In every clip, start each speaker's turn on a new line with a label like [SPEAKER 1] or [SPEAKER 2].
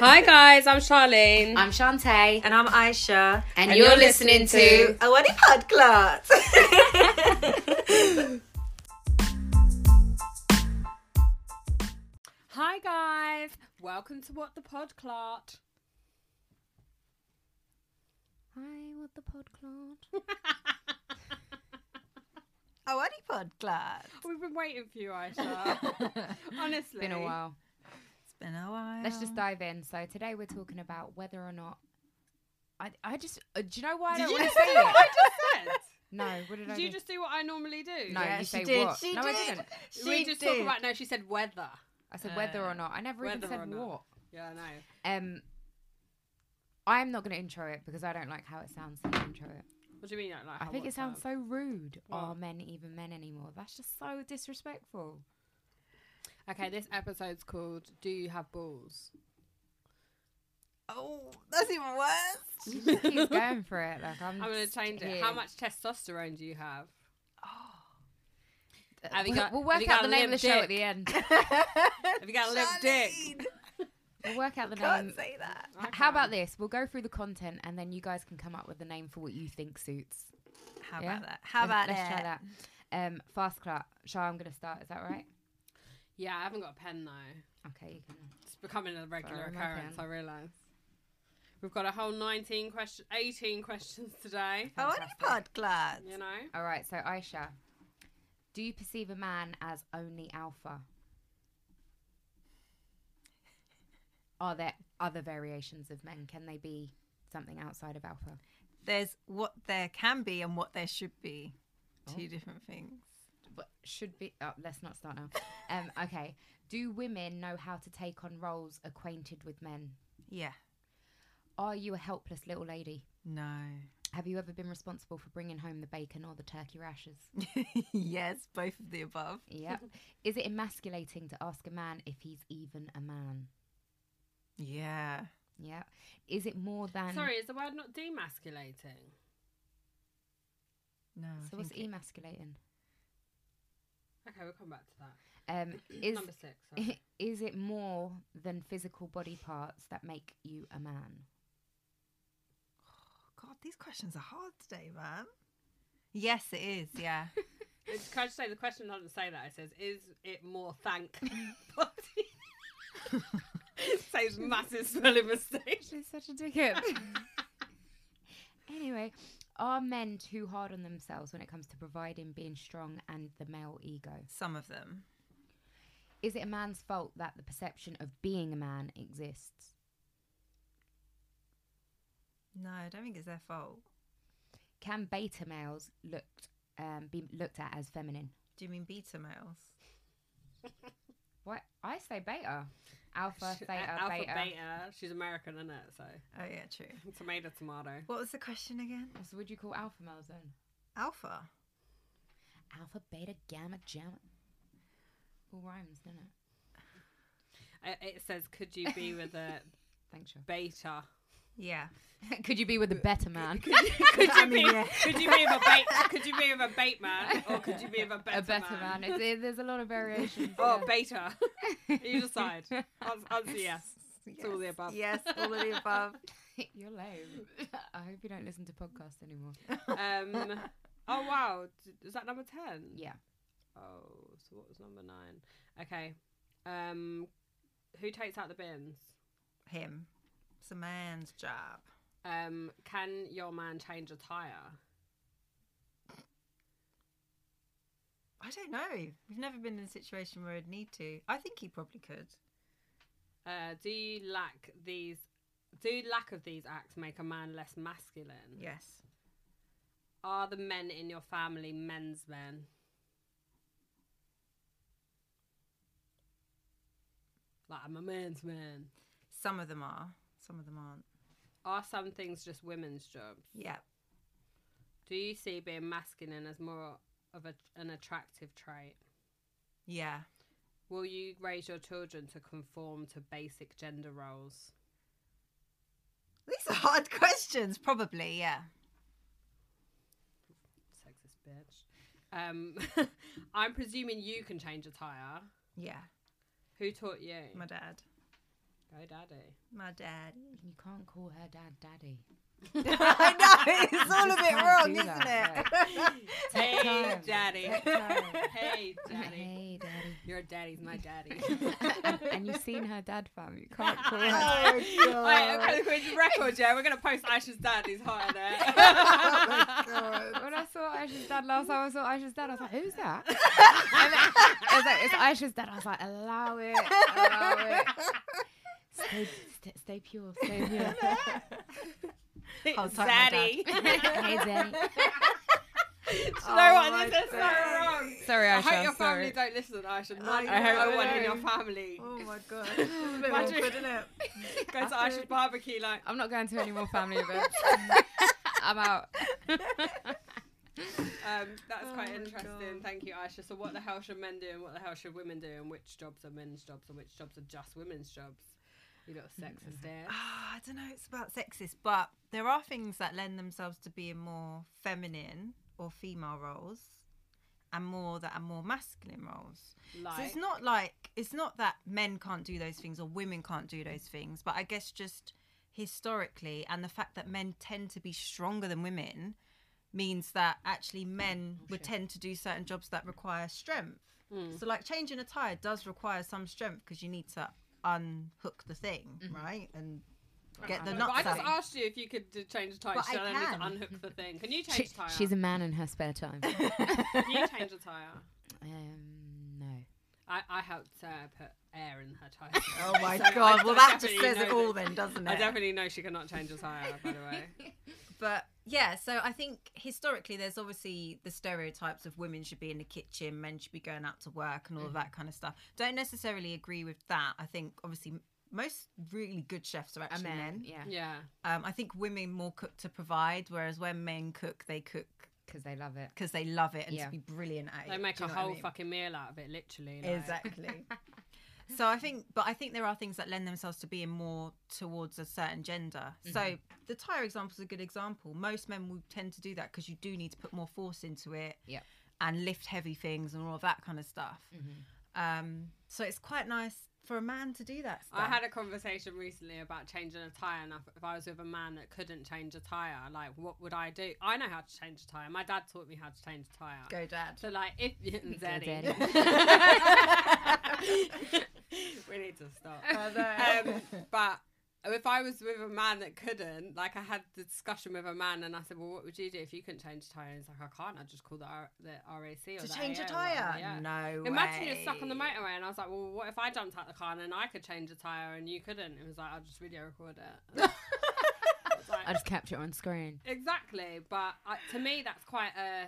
[SPEAKER 1] Hi guys, I'm Charlene.
[SPEAKER 2] I'm Shantae, and,
[SPEAKER 3] And I'm Aisha.
[SPEAKER 2] you're, listening to
[SPEAKER 3] A Wadi Podcast.
[SPEAKER 1] Hi guys, welcome to What the Podclot.
[SPEAKER 2] Hi, what the podcast?
[SPEAKER 3] A Wadi Podcast.
[SPEAKER 1] We've been waiting for you, Aisha. Honestly,
[SPEAKER 2] Been a while.
[SPEAKER 3] It's been a while.
[SPEAKER 2] Let's just dive in. So today we're talking about whether or not I I just uh, do you know why I
[SPEAKER 1] Did
[SPEAKER 2] don't
[SPEAKER 1] you
[SPEAKER 2] want to
[SPEAKER 1] just
[SPEAKER 2] say
[SPEAKER 1] say what
[SPEAKER 2] it?
[SPEAKER 1] I just said?
[SPEAKER 2] No, what did I
[SPEAKER 1] Did you
[SPEAKER 2] do?
[SPEAKER 1] just do what I normally do?
[SPEAKER 2] No,
[SPEAKER 3] Yeah,
[SPEAKER 2] you
[SPEAKER 3] she
[SPEAKER 2] say
[SPEAKER 3] did,
[SPEAKER 2] what?
[SPEAKER 3] she
[SPEAKER 2] no, I
[SPEAKER 3] did.
[SPEAKER 2] didn't.
[SPEAKER 3] She
[SPEAKER 1] we just
[SPEAKER 3] did.
[SPEAKER 1] talk about. No, she said weather.
[SPEAKER 2] I said whether or
[SPEAKER 3] Uh,
[SPEAKER 2] not. I never even
[SPEAKER 1] whether or
[SPEAKER 2] said
[SPEAKER 1] not.
[SPEAKER 2] what.
[SPEAKER 1] Yeah, I know.
[SPEAKER 2] Um, I'm not going to intro it because I don't like how it sounds. To intro it.
[SPEAKER 1] What do you mean? you don't Like,
[SPEAKER 2] I
[SPEAKER 1] how
[SPEAKER 2] think
[SPEAKER 1] what
[SPEAKER 2] it sounds
[SPEAKER 1] sound?
[SPEAKER 2] so rude. Are
[SPEAKER 1] Oh, What?
[SPEAKER 2] men even men anymore? That's just so disrespectful.
[SPEAKER 1] Okay, this episode's called "Do You Have Balls?"
[SPEAKER 3] Oh, that's even worse.
[SPEAKER 2] She just keeps going for it. Like I'm.
[SPEAKER 1] I'm gonna
[SPEAKER 2] just
[SPEAKER 1] change it.
[SPEAKER 2] here.
[SPEAKER 1] How much testosterone do you have?
[SPEAKER 2] Uh,
[SPEAKER 1] Have you
[SPEAKER 2] we'll,
[SPEAKER 1] got-
[SPEAKER 2] we'll
[SPEAKER 1] have
[SPEAKER 2] work
[SPEAKER 1] you got
[SPEAKER 2] out the
[SPEAKER 1] a
[SPEAKER 2] name of the
[SPEAKER 1] limp
[SPEAKER 2] show
[SPEAKER 1] dick?
[SPEAKER 2] at the end.
[SPEAKER 1] Have you got a little dick?
[SPEAKER 3] Charlene,
[SPEAKER 2] We'll work out the name.
[SPEAKER 3] Can't say that.
[SPEAKER 1] I
[SPEAKER 2] How about
[SPEAKER 1] can't.
[SPEAKER 2] this? We'll go through the content and then you guys can come up with a name for what you think suits.
[SPEAKER 3] How
[SPEAKER 2] Yeah.
[SPEAKER 3] about that? How about
[SPEAKER 2] Let's, let's
[SPEAKER 3] it?
[SPEAKER 2] try that. Um, fast clap. Shah, I'm going to start. Is that right?
[SPEAKER 1] Yeah, I haven't got a pen though.
[SPEAKER 2] Okay, you can.
[SPEAKER 1] It's becoming a regular
[SPEAKER 2] Sorry, my
[SPEAKER 1] occurrence, I
[SPEAKER 2] pen.
[SPEAKER 1] realise. We've got a whole 19 question, 18 questions today,
[SPEAKER 3] A Wadi Podcast.
[SPEAKER 1] you know?
[SPEAKER 2] All right. So Aisha, do you perceive a man as only alpha? Are there other variations of men? Can they be something outside of alpha?
[SPEAKER 3] There's what there can be and what there should be.
[SPEAKER 2] Oh.
[SPEAKER 3] Two different things.
[SPEAKER 2] But should be. Oh, let's not start now. Um, okay. Do women know how to take on roles acquainted with men?
[SPEAKER 3] Yeah.
[SPEAKER 2] Are you a helpless little lady?
[SPEAKER 3] No.
[SPEAKER 2] Have you ever been responsible for bringing home the bacon or the turkey rashes?
[SPEAKER 3] yes, both of the above.
[SPEAKER 2] Yep. Is it emasculating to ask a man if he's even a man?
[SPEAKER 3] Yeah.
[SPEAKER 2] Yep. Is it more than.
[SPEAKER 1] Sorry, is the word not demasculating?
[SPEAKER 3] No. I
[SPEAKER 2] So what's
[SPEAKER 3] think it-
[SPEAKER 2] emasculating?
[SPEAKER 1] Okay, we'll come back to that.
[SPEAKER 2] Um, is,
[SPEAKER 1] Number six. sorry.
[SPEAKER 2] is it more than physical body parts that make you a man?
[SPEAKER 3] God, these questions are hard today, man. Yes, it is. Yeah.
[SPEAKER 1] It's- Can I just say the question doesn't say that? It says, "Is it more thank body?" Saves massive spelling mistakes.
[SPEAKER 2] She's such a dickhead. anyway, are men too hard on themselves when it comes to providing, being strong, and the male ego?
[SPEAKER 3] Some of them.
[SPEAKER 2] Is it a man's fault that the perception of being a man exists?
[SPEAKER 3] No, I don't think it's their fault.
[SPEAKER 2] Can beta males looked um, be looked at as feminine?
[SPEAKER 3] Do you mean beta males?
[SPEAKER 2] What I say, beta, alpha,
[SPEAKER 1] She-
[SPEAKER 2] theta,
[SPEAKER 1] Alpha
[SPEAKER 2] beta.
[SPEAKER 1] beta. She's American, isn't it? So
[SPEAKER 3] Oh yeah, true.
[SPEAKER 1] tomato, tomato.
[SPEAKER 3] What was the question again?
[SPEAKER 2] So would you call alpha males then?
[SPEAKER 3] Alpha.
[SPEAKER 2] Alpha, beta, gamma, jamma. All rhymes, doesn't it?
[SPEAKER 1] It- It says, "Could you be with a
[SPEAKER 2] Thanks, Sean.
[SPEAKER 1] beta?"
[SPEAKER 3] Yeah.
[SPEAKER 2] Could you be with a better man?
[SPEAKER 1] Could you
[SPEAKER 3] I
[SPEAKER 1] be?
[SPEAKER 3] mean, yeah.
[SPEAKER 1] Could you be with a bait? Could you be with a bait man, or could you be with a better,
[SPEAKER 2] a better man. It's, it, there's a lot of variations.
[SPEAKER 1] Oh,
[SPEAKER 2] yeah.
[SPEAKER 1] beta. You decide. I'll, I'll say yes.
[SPEAKER 3] Yes.
[SPEAKER 1] all the above.
[SPEAKER 3] Yes, all of the above.
[SPEAKER 2] You're lame. I hope you don't listen to podcasts anymore.
[SPEAKER 1] Um, oh wow, D- is that number ten?
[SPEAKER 2] Yeah.
[SPEAKER 1] Oh, so what was number nine? Okay. Um, who takes out the bins?
[SPEAKER 3] Him. It's a man's job.
[SPEAKER 1] Um, can your man change a tire?
[SPEAKER 3] I don't know. We've never been in a situation where I'd need to. I think he probably could.
[SPEAKER 1] Uh, do you lack these? Do lack of these acts make a man less masculine?
[SPEAKER 3] Yes.
[SPEAKER 1] Are the men in your family men's men? Like I'm a man's man.
[SPEAKER 3] Some of them are. Some of them aren't.
[SPEAKER 1] Are some things just women's jobs?
[SPEAKER 3] Yeah.
[SPEAKER 1] Do you see being masculine as more of a, an attractive trait?
[SPEAKER 3] Yeah.
[SPEAKER 1] Will you raise your children to conform to basic gender roles?
[SPEAKER 3] These are hard questions. Probably. Yeah.
[SPEAKER 1] Sexist bitch. Um, I'm presuming you can change a tire.
[SPEAKER 3] Yeah.
[SPEAKER 1] Who taught you?
[SPEAKER 3] My dad.
[SPEAKER 1] Go daddy.
[SPEAKER 3] My daddy.
[SPEAKER 2] You can't call her dad daddy.
[SPEAKER 3] I know, it's all a
[SPEAKER 2] You
[SPEAKER 3] bit
[SPEAKER 2] can't
[SPEAKER 3] wrong,
[SPEAKER 2] do
[SPEAKER 3] isn't
[SPEAKER 2] that,
[SPEAKER 3] it?
[SPEAKER 1] Hey
[SPEAKER 2] time.
[SPEAKER 1] daddy.
[SPEAKER 2] Take time.
[SPEAKER 1] Hey daddy.
[SPEAKER 2] Hey, daddy.
[SPEAKER 1] Your daddy's my daddy.
[SPEAKER 2] and, and you've seen her dad, fam. You can't call her. dad.
[SPEAKER 3] Oh,
[SPEAKER 1] Wait,
[SPEAKER 3] God.
[SPEAKER 1] okay, we need record, yeah. We're gonna post Ash's dad. He's hot in
[SPEAKER 3] Oh, my
[SPEAKER 1] there.
[SPEAKER 3] God.
[SPEAKER 2] When I saw Aisha's dad last time, I saw Aisha's dad. I was like, "Who's that?" And then- I was like, "It's Aisha's dad." I was like, "Allow it, allow it. Stay, st- stay pure, stay pure."
[SPEAKER 3] I'll type my
[SPEAKER 1] daddy.
[SPEAKER 2] hey, Daddy.
[SPEAKER 1] you know
[SPEAKER 3] Oh, my
[SPEAKER 1] what? This is so
[SPEAKER 3] God.
[SPEAKER 1] wrong.
[SPEAKER 2] Sorry,
[SPEAKER 1] I
[SPEAKER 2] Aisha.
[SPEAKER 1] hope your
[SPEAKER 2] sorry.
[SPEAKER 1] family don't listen, Aisha.
[SPEAKER 3] I
[SPEAKER 1] Not
[SPEAKER 3] know,
[SPEAKER 1] no
[SPEAKER 3] I
[SPEAKER 1] one in
[SPEAKER 3] know.
[SPEAKER 1] your family.
[SPEAKER 3] Oh my god, this is a bit
[SPEAKER 1] Imagine-
[SPEAKER 3] awkward, isn't it?
[SPEAKER 1] Go to Aisha's barbecue, like.
[SPEAKER 2] I'm not going to any more family events. I'm out.
[SPEAKER 1] Um, that's
[SPEAKER 3] Oh
[SPEAKER 1] quite
[SPEAKER 3] my
[SPEAKER 1] interesting.
[SPEAKER 3] God.
[SPEAKER 1] Thank you, Aisha. So, what the hell should men do and what the hell should women do, and which jobs are men's jobs and which jobs are just women's jobs? You little sexist there.
[SPEAKER 3] Ah, I don't know. It's about sexist, but there are things that lend themselves to being more feminine or female roles, and more that are more masculine roles. So
[SPEAKER 1] Like,
[SPEAKER 3] it's not like it's not that men can't do those things or women can't do those things, but I guess just historically and the fact that men tend to be stronger than women means that actually men
[SPEAKER 1] Oh,
[SPEAKER 3] would tend to do certain jobs that require strength.
[SPEAKER 1] Hmm.
[SPEAKER 3] So like changing a tire does require some strength because you need to unhook the thing, right? And get the
[SPEAKER 1] Mm-hmm. uh, But
[SPEAKER 3] nuts
[SPEAKER 1] I just
[SPEAKER 3] out.
[SPEAKER 1] asked you if you could d- change the tire.
[SPEAKER 3] But
[SPEAKER 1] Should
[SPEAKER 3] I
[SPEAKER 1] I, need
[SPEAKER 3] can.
[SPEAKER 1] to unhook the thing? Can you
[SPEAKER 2] She,
[SPEAKER 1] change the tire?
[SPEAKER 2] she's a man in her spare time.
[SPEAKER 1] Can you change the tire?
[SPEAKER 2] Um, no.
[SPEAKER 1] I, I helped uh, put air in her tire.
[SPEAKER 3] Oh my
[SPEAKER 1] So I-
[SPEAKER 3] god!
[SPEAKER 1] I
[SPEAKER 3] Well, that just
[SPEAKER 1] definitely
[SPEAKER 3] says it
[SPEAKER 1] know
[SPEAKER 3] all,
[SPEAKER 1] that-
[SPEAKER 3] then, doesn't it?
[SPEAKER 1] I definitely know she cannot change her tire, by the way.
[SPEAKER 3] But yeah, so I think historically there's obviously the stereotypes of women should be in the kitchen, men should be going out to work, and all of that kind of stuff. Don't necessarily agree with that. I think obviously m- most really good chefs are
[SPEAKER 2] A
[SPEAKER 3] actually
[SPEAKER 2] man.
[SPEAKER 3] men.
[SPEAKER 2] Yeah.
[SPEAKER 1] Yeah.
[SPEAKER 3] Um, I think women more cook to provide, whereas when men cook, they cook
[SPEAKER 2] Because they love it.
[SPEAKER 3] because they love it and
[SPEAKER 2] Yeah.
[SPEAKER 3] to be brilliant at it.
[SPEAKER 1] They make
[SPEAKER 3] Do
[SPEAKER 1] a
[SPEAKER 3] you know what I
[SPEAKER 1] whole
[SPEAKER 3] mean?
[SPEAKER 1] fucking meal out of it, literally. Like,
[SPEAKER 3] Exactly. so I think, but I think there are things that lend themselves to being more towards a certain gender.
[SPEAKER 1] Mm-hmm.
[SPEAKER 3] So the tire example is a good example. Most men would tend to do that because you do need to put more force into it
[SPEAKER 2] Yep.
[SPEAKER 3] and lift heavy things and all of that kind of stuff.
[SPEAKER 1] Mm-hmm.
[SPEAKER 3] Um, so it's quite nice for a man to do that. Stuff.
[SPEAKER 1] I had a conversation recently about changing a tire, and if- if I was with a man that couldn't change a tire, like what would I do? I know how to change a tire. My dad taught me how to change a tire.
[SPEAKER 3] go, Dad.
[SPEAKER 1] So like, if Zaddy, we need to stop. Um, but if I was with a man that couldn't, like I had the discussion with a man, and I said, "Well, what would you do if you couldn't change a tire?" And he's like, "I can't. I just call the, R- the RAC or
[SPEAKER 3] to
[SPEAKER 1] the
[SPEAKER 3] change
[SPEAKER 1] AA or
[SPEAKER 3] a
[SPEAKER 1] whatever."
[SPEAKER 3] tire?
[SPEAKER 1] Yeah.
[SPEAKER 3] No.
[SPEAKER 1] Imagine you're stuck on the
[SPEAKER 3] way.
[SPEAKER 1] motorway, and I was like, "Well, what if I jumped out the car and then I could change a tire and you couldn't?" It was like, "I'll just video record it." I was like,
[SPEAKER 2] I just capture it on screen.
[SPEAKER 1] exactly, but uh, to me, that's quite a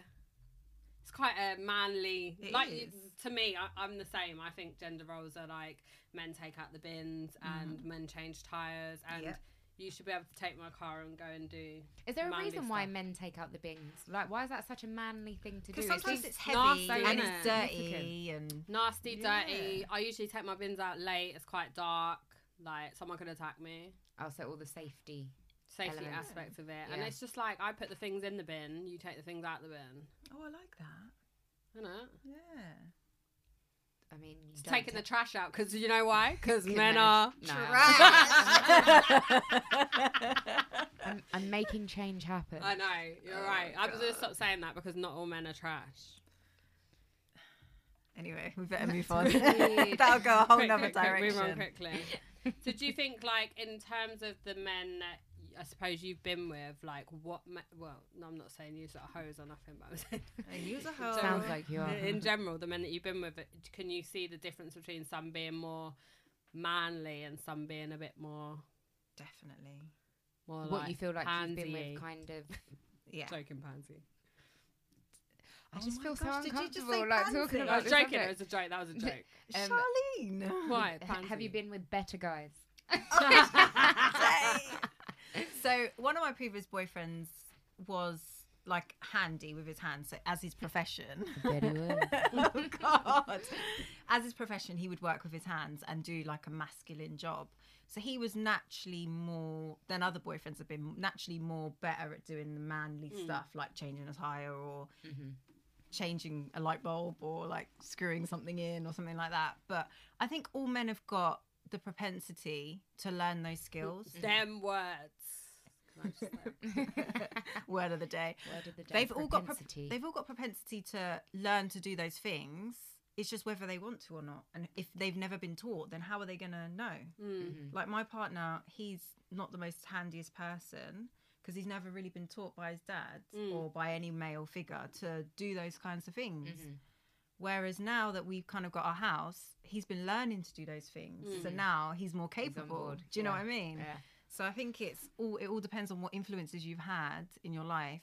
[SPEAKER 1] it's quite a manly.
[SPEAKER 3] It
[SPEAKER 1] like
[SPEAKER 3] is.
[SPEAKER 1] to me, I, I'm the same. I think gender roles are like men take out the bins
[SPEAKER 3] Mm-hmm.
[SPEAKER 1] and men change tires, and
[SPEAKER 3] Yeah.
[SPEAKER 1] you should be able to take my car and go and do.
[SPEAKER 2] Is there a
[SPEAKER 1] manly
[SPEAKER 2] reason why
[SPEAKER 1] stuff.
[SPEAKER 2] men take out the bins? Like, why is that such a manly thing to do?
[SPEAKER 3] Because
[SPEAKER 2] It
[SPEAKER 3] sometimes
[SPEAKER 2] seems-
[SPEAKER 3] it's heavy
[SPEAKER 1] nasty,
[SPEAKER 3] and
[SPEAKER 1] isn't
[SPEAKER 3] it's
[SPEAKER 1] it?
[SPEAKER 3] dirty and
[SPEAKER 1] Nasty,
[SPEAKER 3] Yeah.
[SPEAKER 1] dirty. I usually take my bins out late. It's quite dark. Like someone could attack me.
[SPEAKER 2] Oh, so all the safety.
[SPEAKER 1] Safety
[SPEAKER 2] Element.
[SPEAKER 1] aspects of it, and
[SPEAKER 2] Yeah.
[SPEAKER 1] it's just like I put the things in the bin. You take the things out the bin.
[SPEAKER 3] oh, I like that.
[SPEAKER 1] You know,
[SPEAKER 3] Yeah.
[SPEAKER 2] I mean, you
[SPEAKER 1] it's
[SPEAKER 2] don't
[SPEAKER 1] taking the
[SPEAKER 2] take-
[SPEAKER 1] trash out because you know why? Because
[SPEAKER 2] Good
[SPEAKER 1] men
[SPEAKER 2] man.
[SPEAKER 1] are.
[SPEAKER 2] No. I'm, I'm making change happen.
[SPEAKER 1] I know,
[SPEAKER 3] Oh,
[SPEAKER 1] you're right. I'm just gonna stop saying that because not all men are trash.
[SPEAKER 3] anyway, we better move on.
[SPEAKER 2] weird.
[SPEAKER 3] That'll go a whole
[SPEAKER 1] Quick,
[SPEAKER 3] nother
[SPEAKER 1] quick, quick, move on
[SPEAKER 3] direction.
[SPEAKER 1] quickly. so do you think, like, in terms of the men that y- I suppose you've been with, like, what? Me- well, no, I'm not saying you sort of hoes or nothing, but I'm saying
[SPEAKER 3] And use a
[SPEAKER 1] So-
[SPEAKER 3] hoe.
[SPEAKER 2] Sounds like you are.
[SPEAKER 1] in general, the men that you've been with, can you see the difference between some being more manly and some being a bit more,
[SPEAKER 3] Definitely.
[SPEAKER 1] more
[SPEAKER 2] what
[SPEAKER 1] like
[SPEAKER 2] you feel like you've been
[SPEAKER 1] pansy-y?
[SPEAKER 2] with, kind of.
[SPEAKER 3] Yeah.
[SPEAKER 1] Joking, pansy.
[SPEAKER 2] I
[SPEAKER 3] Oh
[SPEAKER 2] just
[SPEAKER 3] my
[SPEAKER 2] feel so
[SPEAKER 3] gosh, did you just
[SPEAKER 2] uncomfortable,
[SPEAKER 3] say
[SPEAKER 2] like
[SPEAKER 3] pansy?
[SPEAKER 2] talking
[SPEAKER 1] I
[SPEAKER 2] about
[SPEAKER 1] was
[SPEAKER 2] this
[SPEAKER 1] joking. It
[SPEAKER 2] subject.
[SPEAKER 1] was a joke. That was a joke.
[SPEAKER 2] Um,
[SPEAKER 3] Charlene.
[SPEAKER 1] Why?
[SPEAKER 2] Ha- Have
[SPEAKER 1] pansy?
[SPEAKER 2] you been with better guys?
[SPEAKER 3] so one of my previous boyfriends was like handy with his hands. So as his profession,
[SPEAKER 2] Very well.
[SPEAKER 3] oh god, as his profession, he would work with his hands and do like a masculine job. So he was naturally more than other boyfriends have been naturally more better at doing the manly stuff, like changing a tire or changing a light bulb or like screwing something in or something like that. But I think all men have got the propensity to learn those skills.
[SPEAKER 1] Them words. Can I just say it?
[SPEAKER 3] Word of the day.
[SPEAKER 2] Word of the day.
[SPEAKER 3] They've all got prop-
[SPEAKER 2] propensity.
[SPEAKER 3] they've all got propensity to learn to do those things. It's just whether they want to or not. And if they've never been taught, then how are they going to know?
[SPEAKER 1] Mm.
[SPEAKER 3] Like my partner, he's not the most handiest person because he's never really been taught by his dad
[SPEAKER 1] Mm.
[SPEAKER 3] or by any male figure to do those kinds of things.
[SPEAKER 2] Mm-hmm.
[SPEAKER 3] Whereas now that we've kind of got our house, he's been learning to do those things. So now he's more
[SPEAKER 2] Mm. on
[SPEAKER 3] capable.
[SPEAKER 2] board,
[SPEAKER 3] Do you know
[SPEAKER 2] yeah,
[SPEAKER 3] what I mean?
[SPEAKER 2] yeah.
[SPEAKER 3] So I think it's all it all depends on what influences you've had in your life.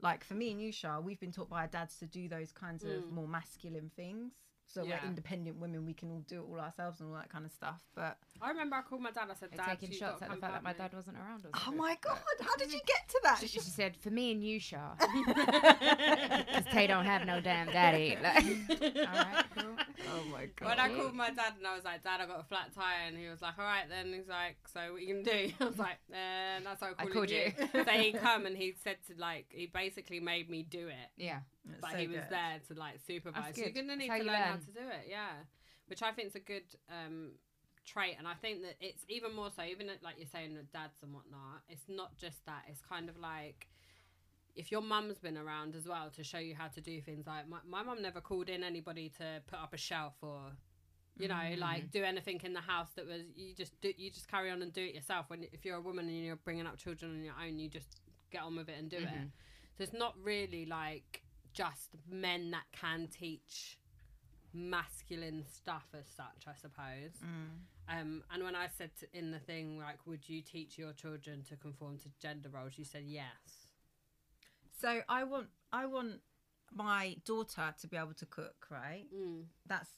[SPEAKER 3] Like for me and you, Shah, we've been taught by our dads to do those kinds
[SPEAKER 2] Mm.
[SPEAKER 3] of more masculine things. So
[SPEAKER 1] Yeah.
[SPEAKER 3] we're independent women, we can all do it all ourselves and all that kind of stuff. But
[SPEAKER 1] I remember I called my dad. I said,
[SPEAKER 2] They're
[SPEAKER 1] "Dad,
[SPEAKER 2] taking
[SPEAKER 1] you
[SPEAKER 2] shots
[SPEAKER 1] gotta
[SPEAKER 2] at
[SPEAKER 1] come
[SPEAKER 2] the fact that my
[SPEAKER 1] back, mate."
[SPEAKER 2] dad wasn't around. Or
[SPEAKER 3] Oh
[SPEAKER 2] something.
[SPEAKER 3] my god, how did you get to that?
[SPEAKER 2] She, she said, "For me and you, Shah, because Tay don't have no damn daddy." Like, all right, cool.
[SPEAKER 3] oh my
[SPEAKER 1] When
[SPEAKER 3] god.
[SPEAKER 1] I called my dad and I was like, "Dad, I got a flat tire," and he was like, "All right then." He's like, "So what you gonna do?" I was like, eh, "That's how I called,
[SPEAKER 2] called
[SPEAKER 1] you."
[SPEAKER 2] you.
[SPEAKER 1] so he come and he said to like, he basically made me do it.
[SPEAKER 2] Yeah,
[SPEAKER 3] That's
[SPEAKER 1] but
[SPEAKER 3] so
[SPEAKER 1] he was
[SPEAKER 3] good.
[SPEAKER 1] there to like supervise.
[SPEAKER 2] That's
[SPEAKER 1] So you're
[SPEAKER 2] good.
[SPEAKER 1] gonna
[SPEAKER 2] That's
[SPEAKER 1] need
[SPEAKER 2] how
[SPEAKER 1] to
[SPEAKER 2] you
[SPEAKER 1] learn, how
[SPEAKER 2] learn.
[SPEAKER 1] to do it, yeah. Which I think is a good um, trait, and I think that it's even more so. Even at, like you're saying with dads and whatnot, it's not just that. It's kind of like if your mum's been around as well to show you how to do things. Like my my mum never called in anybody to put up a shelf or. You know,
[SPEAKER 2] Mm-hmm.
[SPEAKER 1] like do anything in the house that was you just do you just carry on and do it yourself. When if you're a woman and you're bringing up children on your own, you just get on with it and do
[SPEAKER 2] Mm-hmm.
[SPEAKER 1] it. So it's not really like just men that can teach masculine stuff as such, I suppose.
[SPEAKER 3] Mm.
[SPEAKER 1] Um, and when I said to, in the thing, like, would you teach your children to conform to gender roles? You said yes.
[SPEAKER 3] So I want I want my daughter to be able to cook, right?
[SPEAKER 1] Mm.
[SPEAKER 3] That's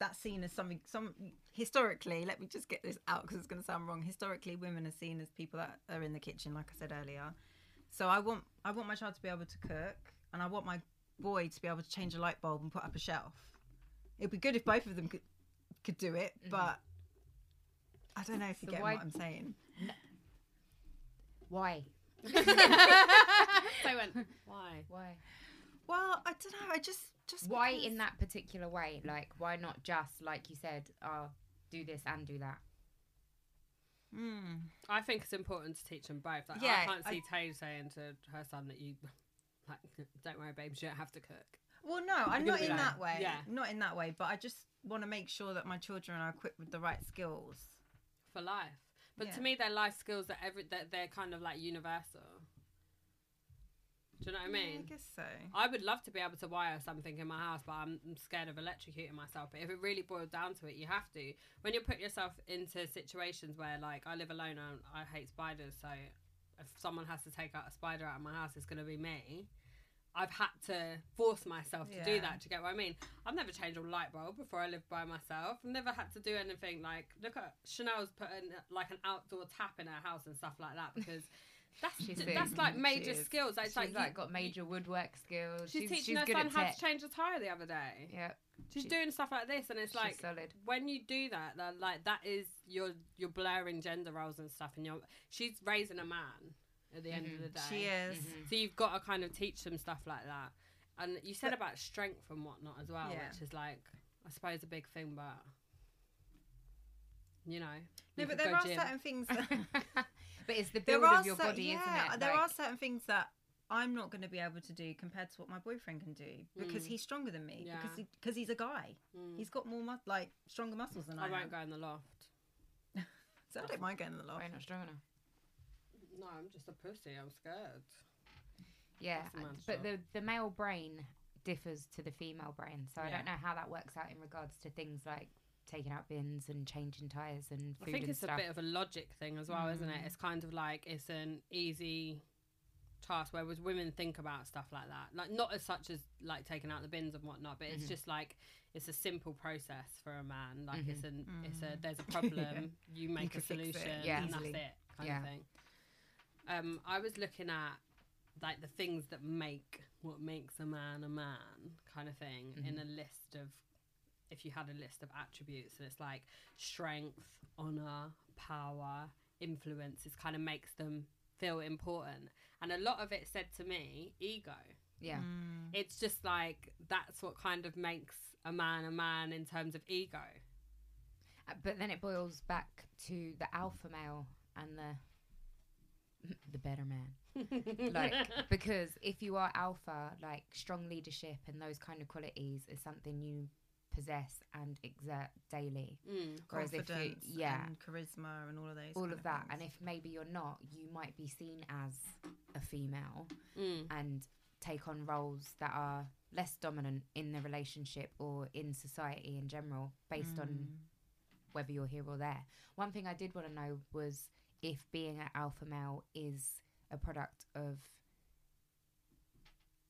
[SPEAKER 3] that's seen as something some historically, let me just get this out because it's going to sound wrong. Historically, women are seen as people that are in the kitchen like I said earlier. So I want I want my child to be able to cook and I want my boy to be able to change a light bulb and put up a shelf. It'd be good if both of them could could do it, but I don't know if you
[SPEAKER 2] Mm-hmm. So
[SPEAKER 3] get
[SPEAKER 2] why-
[SPEAKER 3] what I'm saying.
[SPEAKER 2] why?
[SPEAKER 1] So I went, why?
[SPEAKER 2] Why?
[SPEAKER 3] Well, I don't know. I just just
[SPEAKER 2] Why
[SPEAKER 3] because-
[SPEAKER 2] in that particular way? Like, why not just like you said? Uh, do this and do that.
[SPEAKER 3] Hmm.
[SPEAKER 1] I think it's important to teach them both. Like,
[SPEAKER 3] Yeah,
[SPEAKER 1] I can't
[SPEAKER 3] I-
[SPEAKER 1] see Tay saying to her son that you, like, don't worry, babes, you don't have to cook.
[SPEAKER 3] Well, no, I'm
[SPEAKER 1] Because
[SPEAKER 3] not
[SPEAKER 1] we
[SPEAKER 3] in
[SPEAKER 1] don't.
[SPEAKER 3] that way.
[SPEAKER 1] Yeah.
[SPEAKER 3] Not in that way, but I just want to make sure that my children are equipped with the right skills.
[SPEAKER 1] for life. But to
[SPEAKER 3] Yeah.
[SPEAKER 1] me, their life skills are every that they're kind of like universal. Do you know what I
[SPEAKER 3] Yeah,
[SPEAKER 1] mean?
[SPEAKER 3] I guess so.
[SPEAKER 1] I would love to be able to wire something in my house, but I'm, I'm scared of electrocuting myself. But if it really boiled down to it, you have to. When you put yourself into situations where, like, I live alone and I hate spiders, so if someone has to take out a spider out of my house, it's going to be me. I've had to force myself to do
[SPEAKER 3] Yeah.
[SPEAKER 1] that. Do you get what I mean? I've never changed a light bulb before I lived by myself. I've never had to do anything like look at Chanel's putting like an outdoor tap in her house and stuff like that because that's
[SPEAKER 2] She's
[SPEAKER 1] that's
[SPEAKER 2] big.
[SPEAKER 1] like
[SPEAKER 3] She
[SPEAKER 1] major
[SPEAKER 3] is.
[SPEAKER 1] skills. It's
[SPEAKER 2] She's
[SPEAKER 1] like,
[SPEAKER 2] like,
[SPEAKER 1] you-
[SPEAKER 2] got major woodwork skills.
[SPEAKER 1] She's, teaching her
[SPEAKER 2] good
[SPEAKER 1] son
[SPEAKER 2] at
[SPEAKER 1] how
[SPEAKER 2] tech.
[SPEAKER 1] to change a tire the other day.
[SPEAKER 2] Yeah,
[SPEAKER 1] She's
[SPEAKER 2] She-
[SPEAKER 1] doing stuff like this, and it's
[SPEAKER 2] she's
[SPEAKER 1] like
[SPEAKER 2] solid.
[SPEAKER 1] when you do that, that like that is your you're blurring gender roles and stuff, and you're she's raising a man at the end of the day.
[SPEAKER 3] Mm-hmm. She
[SPEAKER 2] mm-hmm.
[SPEAKER 3] is.
[SPEAKER 1] So you've got to kind of teach them stuff like that. And you said about strength and whatnot as well,
[SPEAKER 3] Yeah.
[SPEAKER 1] which is like I suppose a big thing, but you know,
[SPEAKER 3] No,
[SPEAKER 1] you
[SPEAKER 3] but
[SPEAKER 1] could
[SPEAKER 3] there
[SPEAKER 1] go
[SPEAKER 3] are
[SPEAKER 1] gym.
[SPEAKER 3] certain things. That,
[SPEAKER 2] Mm-hmm. but it's the build
[SPEAKER 3] there are
[SPEAKER 2] of your
[SPEAKER 3] cer-
[SPEAKER 2] body,
[SPEAKER 3] yeah,
[SPEAKER 2] isn't it?
[SPEAKER 3] there
[SPEAKER 2] Like,
[SPEAKER 3] are certain things that I'm not going to be able to do compared to what my boyfriend can do
[SPEAKER 2] Mm.
[SPEAKER 3] because he's stronger than me
[SPEAKER 1] Yeah.
[SPEAKER 3] because he, cause he's a guy. He's got more mus- like stronger muscles
[SPEAKER 2] Oh
[SPEAKER 3] than I,
[SPEAKER 1] Mm. I
[SPEAKER 3] have.
[SPEAKER 1] won't go in the loft.
[SPEAKER 3] So I don't mind going in the Mm. loft.
[SPEAKER 2] Why not strong enough?
[SPEAKER 1] No, I'm just a pussy. I'm scared.
[SPEAKER 2] Yeah,
[SPEAKER 1] That's a man's job.
[SPEAKER 2] but the the male brain differs to the female brain, so I
[SPEAKER 1] Yeah.
[SPEAKER 2] don't know how that works out in regards to things like taking out bins and changing tires and
[SPEAKER 1] I
[SPEAKER 2] food
[SPEAKER 1] think
[SPEAKER 2] and
[SPEAKER 1] it's
[SPEAKER 2] stuff. Mm.
[SPEAKER 1] a bit of a logic thing as well, isn't it? It's kind of like it's an easy task, whereas women think about stuff like that. Like not as such as like taking out the bins and whatnot, but
[SPEAKER 2] Mm-hmm.
[SPEAKER 1] it's just like it's a simple process for a man. Like it's an it's a there's a problem, you make
[SPEAKER 3] Mm. can
[SPEAKER 1] a
[SPEAKER 3] fix it
[SPEAKER 1] solution,
[SPEAKER 2] Mm-hmm. Yeah.
[SPEAKER 1] and that's
[SPEAKER 3] easily.
[SPEAKER 1] it kind
[SPEAKER 2] Yeah.
[SPEAKER 1] of thing. Um, I was looking at like the things that make what makes a man a man kind of thing in a list of if you had a list of attributes and it's like strength honor power influence it kind of makes them feel important and a lot of it said to me ego
[SPEAKER 2] yeah,
[SPEAKER 1] it's just like that's what kind of makes a man a man in terms of ego
[SPEAKER 2] Uh, But then it boils back to the alpha male and the the better man. like because if you are alpha, like strong leadership and those kind of qualities is something you possess and exert daily.
[SPEAKER 1] Mm.
[SPEAKER 2] Whereas if you-
[SPEAKER 3] confidence,
[SPEAKER 2] yeah.
[SPEAKER 3] and charisma, and all of those.
[SPEAKER 2] all
[SPEAKER 3] kind
[SPEAKER 2] of that.
[SPEAKER 3] things.
[SPEAKER 2] And if maybe you're not, you might be seen as a female
[SPEAKER 1] Mm.
[SPEAKER 2] and take on roles that are less dominant in the relationship or in society in general, based on
[SPEAKER 1] Mm.
[SPEAKER 3] Mm.
[SPEAKER 2] whether you're here or there. One thing I did want to know was if being an alpha male is a product of